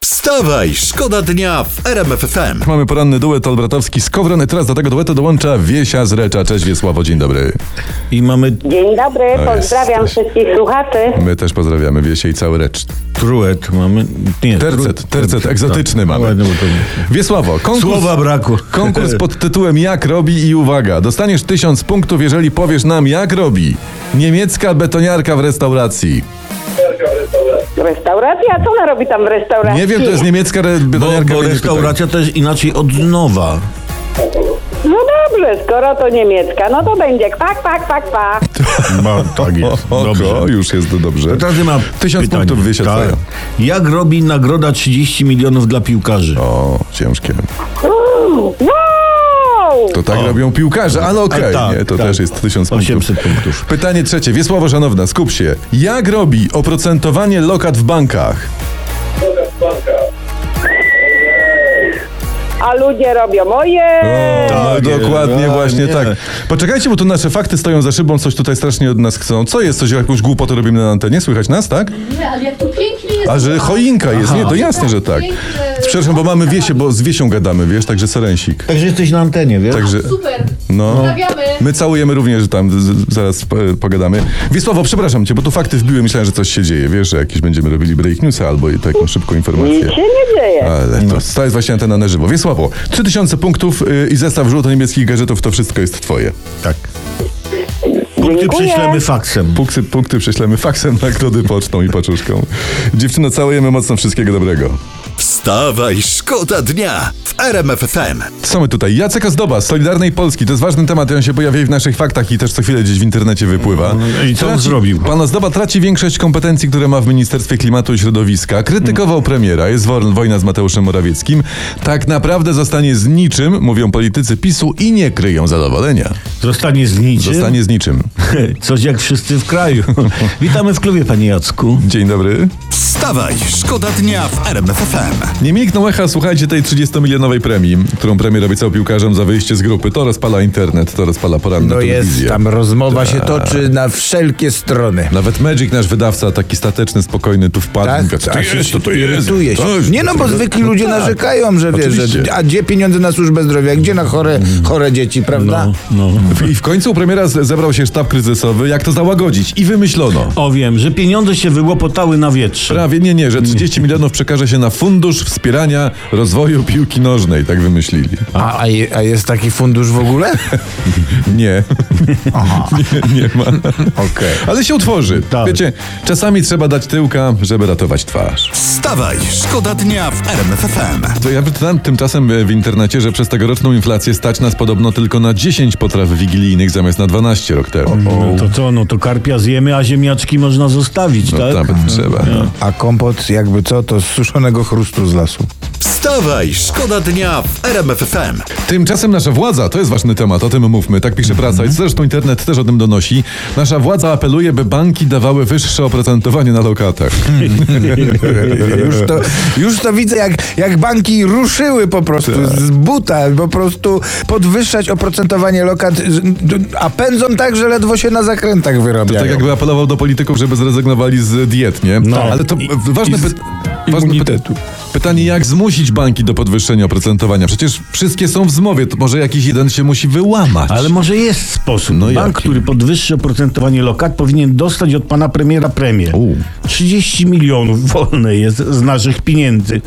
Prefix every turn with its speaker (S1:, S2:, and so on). S1: Wstawaj, szkoda dnia w RMF FM.
S2: Mamy poranny duet Olbratowski z Kowron i teraz do tego duetu dołącza Wiesia z Recza. Cześć Wiesławo, dzień dobry.
S3: I mamy
S4: Dzień dobry,
S2: No
S4: pozdrawiam
S2: jesteś.
S4: wszystkich słuchaczy.
S2: My też pozdrawiamy Wiesię i cały Recz.
S3: truet, mamy... Nie,
S2: Tercet, tercet egzotyczny mamy.
S3: Ładnie, bo to...
S2: Wiesławo, konkurs...
S3: Słowa brakło.
S2: Konkurs pod tytułem Jak robi i uwaga, dostaniesz tysiąc punktów, jeżeli powiesz nam jak robi niemiecka betoniarka w restauracji.
S4: Restauracja, co ona robi tam w restauracji?
S2: Nie wiem, to jest niemiecka re-
S3: Bo,
S2: betoniarka.
S3: bo
S2: będzie
S3: restauracja to jest inaczej od nowa.
S4: No dobrze, skoro to niemiecka, no to będzie pak, pak, pak, pak.
S3: No, tak jest.
S2: pytań. Oko, już jest dobrze.
S3: Każdy ma
S2: Tysiąc
S3: pytanie.
S2: punktów Wiesia
S3: Tak.
S2: twoja.
S3: Jak robi nagroda 30 milionów dla piłkarzy?
S2: O, ciężkie.
S4: Wow!
S2: To tak
S3: O.
S2: robią piłkarze, ale okej,
S3: A, tak,
S2: nie, to
S3: tak.
S2: też jest tysiąc punktów.
S3: 800 punktów.
S2: Pytanie trzecie. Wiesławo Szanowna, skup się. Jak robi oprocentowanie lokat w bankach?
S4: A ludzie robią, ojej!
S2: no
S3: tak,
S2: dokładnie,
S3: nie,
S2: właśnie
S3: nie.
S2: tak. Poczekajcie, bo tu nasze fakty stoją za szybą, coś tutaj strasznie od nas chcą. Co jest, coś jakąś głupotę robimy na antenie? Słychać nas, tak?
S5: Nie, ale jak to pięknie jest.
S2: A że choinka jest, nie, to jasne, że tak.
S5: Piękne.
S2: Przepraszam, bo mamy Wiesię, bo z Wiesią gadamy, wiesz, także serensik.
S3: Także jesteś na antenie, wiesz?
S2: Także...
S5: Super.
S2: No.
S5: Pozdrawiamy.
S2: My całujemy również, że tam z- z- zaraz e, pogadamy. Wiesławo, przepraszam cię, bo tu fakty wbiły, myślałem, że coś się dzieje. Wiesz, że jakieś będziemy robili break newsa albo i- to jakąś szybką informację.
S4: Nic się nie dzieje.
S2: Ale to, to jest właśnie antena na żywo. Wiesławo, 3000 punktów y, i zestaw żółto-niebieskich gadżetów, to wszystko jest twoje.
S3: Tak. Punkty
S4: Dziękuję.
S3: prześlemy faksem.
S2: Punkty, punkty prześlemy faksem, nagrody pocztą i paczuszką. Dziewczyno, całujemy mocno wszystkiego dobrego.
S1: Wstawaj, szkoda dnia w RMF FM.
S2: Co my tutaj? Jacek Ozdoba z Solidarnej Polski. To jest ważny temat, i on się pojawia i w naszych faktach i też co chwilę gdzieś w internecie wypływa.
S3: No, I co on
S2: Traci-
S3: zrobił?
S2: Pan Ozdoba traci większość kompetencji, które ma w Ministerstwie Klimatu i Środowiska. Krytykował premiera, jest wor- wojna z Mateuszem Morawieckim. Tak naprawdę zostanie z niczym, mówią politycy PiSu i nie kryją zadowolenia.
S3: Zostanie z niczym.
S2: Zostanie z niczym.
S3: Coś jak wszyscy w kraju. Witamy w klubie, panie Jacku.
S2: Dzień dobry.
S1: Wstawaj, szkoda dnia w RMF FM.
S2: Nie mignął echa, słuchajcie, tej 30-milionowej premii, którą premier obiecał piłkarzom za wyjście z grupy. To rozpala internet, to rozpala poranne
S6: No jest,
S2: telewizje.
S6: tam rozmowa się toczy na wszelkie strony.
S2: Nawet Magic, nasz wydawca, taki stateczny, spokojny, tu wpadł. i mówi,
S6: Tak,
S2: co to
S6: a
S2: jest,
S6: się
S2: to, to jest.
S6: irytuje się.
S2: to jest,
S6: Nie no, bo
S2: to-
S6: zwykli ludzie
S2: tak.
S6: narzekają, że wiesz, że,
S2: Oczywiście.
S6: a gdzie pieniądze na służbę zdrowia, gdzie na chore, chore dzieci, prawda?
S3: No.
S2: W- I w końcu u premiera z- zebrał się sztab kryzysowy, jak to załagodzić. I wymyślono.
S3: O wiem, że pieniądze się wyłopotały na wietrze.
S2: Prawie nie, nie, że 30 milionów przekaże się na fundusz wspierania rozwoju piłki nożnej, tak wymyślili.
S6: A, a, je, a jest taki fundusz w ogóle?
S2: Nie. nie, nie ma.
S6: Okej.
S2: Ale się utworzy.
S3: Tak.
S2: Wiecie, czasami trzeba dać tyłka, żeby ratować twarz.
S1: Wstawaj, szkoda dnia w RMF FM.
S2: To ja wyczytałem tymczasem e, w internecie, że przez tegoroczną inflację stać nas podobno tylko na 10 potraw wigilijnych zamiast na 12 rok temu.
S3: No to co, no to karpia zjemy, a ziemniaczki można zostawić, tak?
S2: Tam będzie trzeba. No.
S6: A kompot, jakby co, to z suszonego chrustu z lasu.
S1: Wstawaj, szkoda dnia w RMF FM.
S2: Tymczasem nasza władza, to jest ważny temat, o tym mówmy, tak pisze prasa
S3: Mhm.
S2: i zresztą internet też o tym donosi. Nasza władza apeluje, by banki dawały wyższe oprocentowanie na lokatach.
S3: Hmm.
S6: Już to, już to widzę, jak, jak banki ruszyły po prostu z buta, po prostu podwyższać oprocentowanie lokat, a pędzą tak, że ledwo się na zakrętach wyrabiają.
S2: Tak jakby apelował do polityków, żeby zrezygnowali z diet, nie?
S3: No.
S2: Ale to
S3: I-
S2: ważne,
S3: i z
S2: py... ważne py...
S6: immunitetu.
S2: pytanie, jak zmusić banki do podwyższenia oprocentowania? Przecież wszystkie są w zmowie, to może jakiś jeden się musi wyłamać.
S3: Ale może jest sposób.
S2: No
S3: Bank,
S2: jaki?
S3: który podwyższy oprocentowanie lokat, powinien dostać od pana premiera premię.
S2: U.
S3: 30 milionów wolne jest z naszych pieniędzy.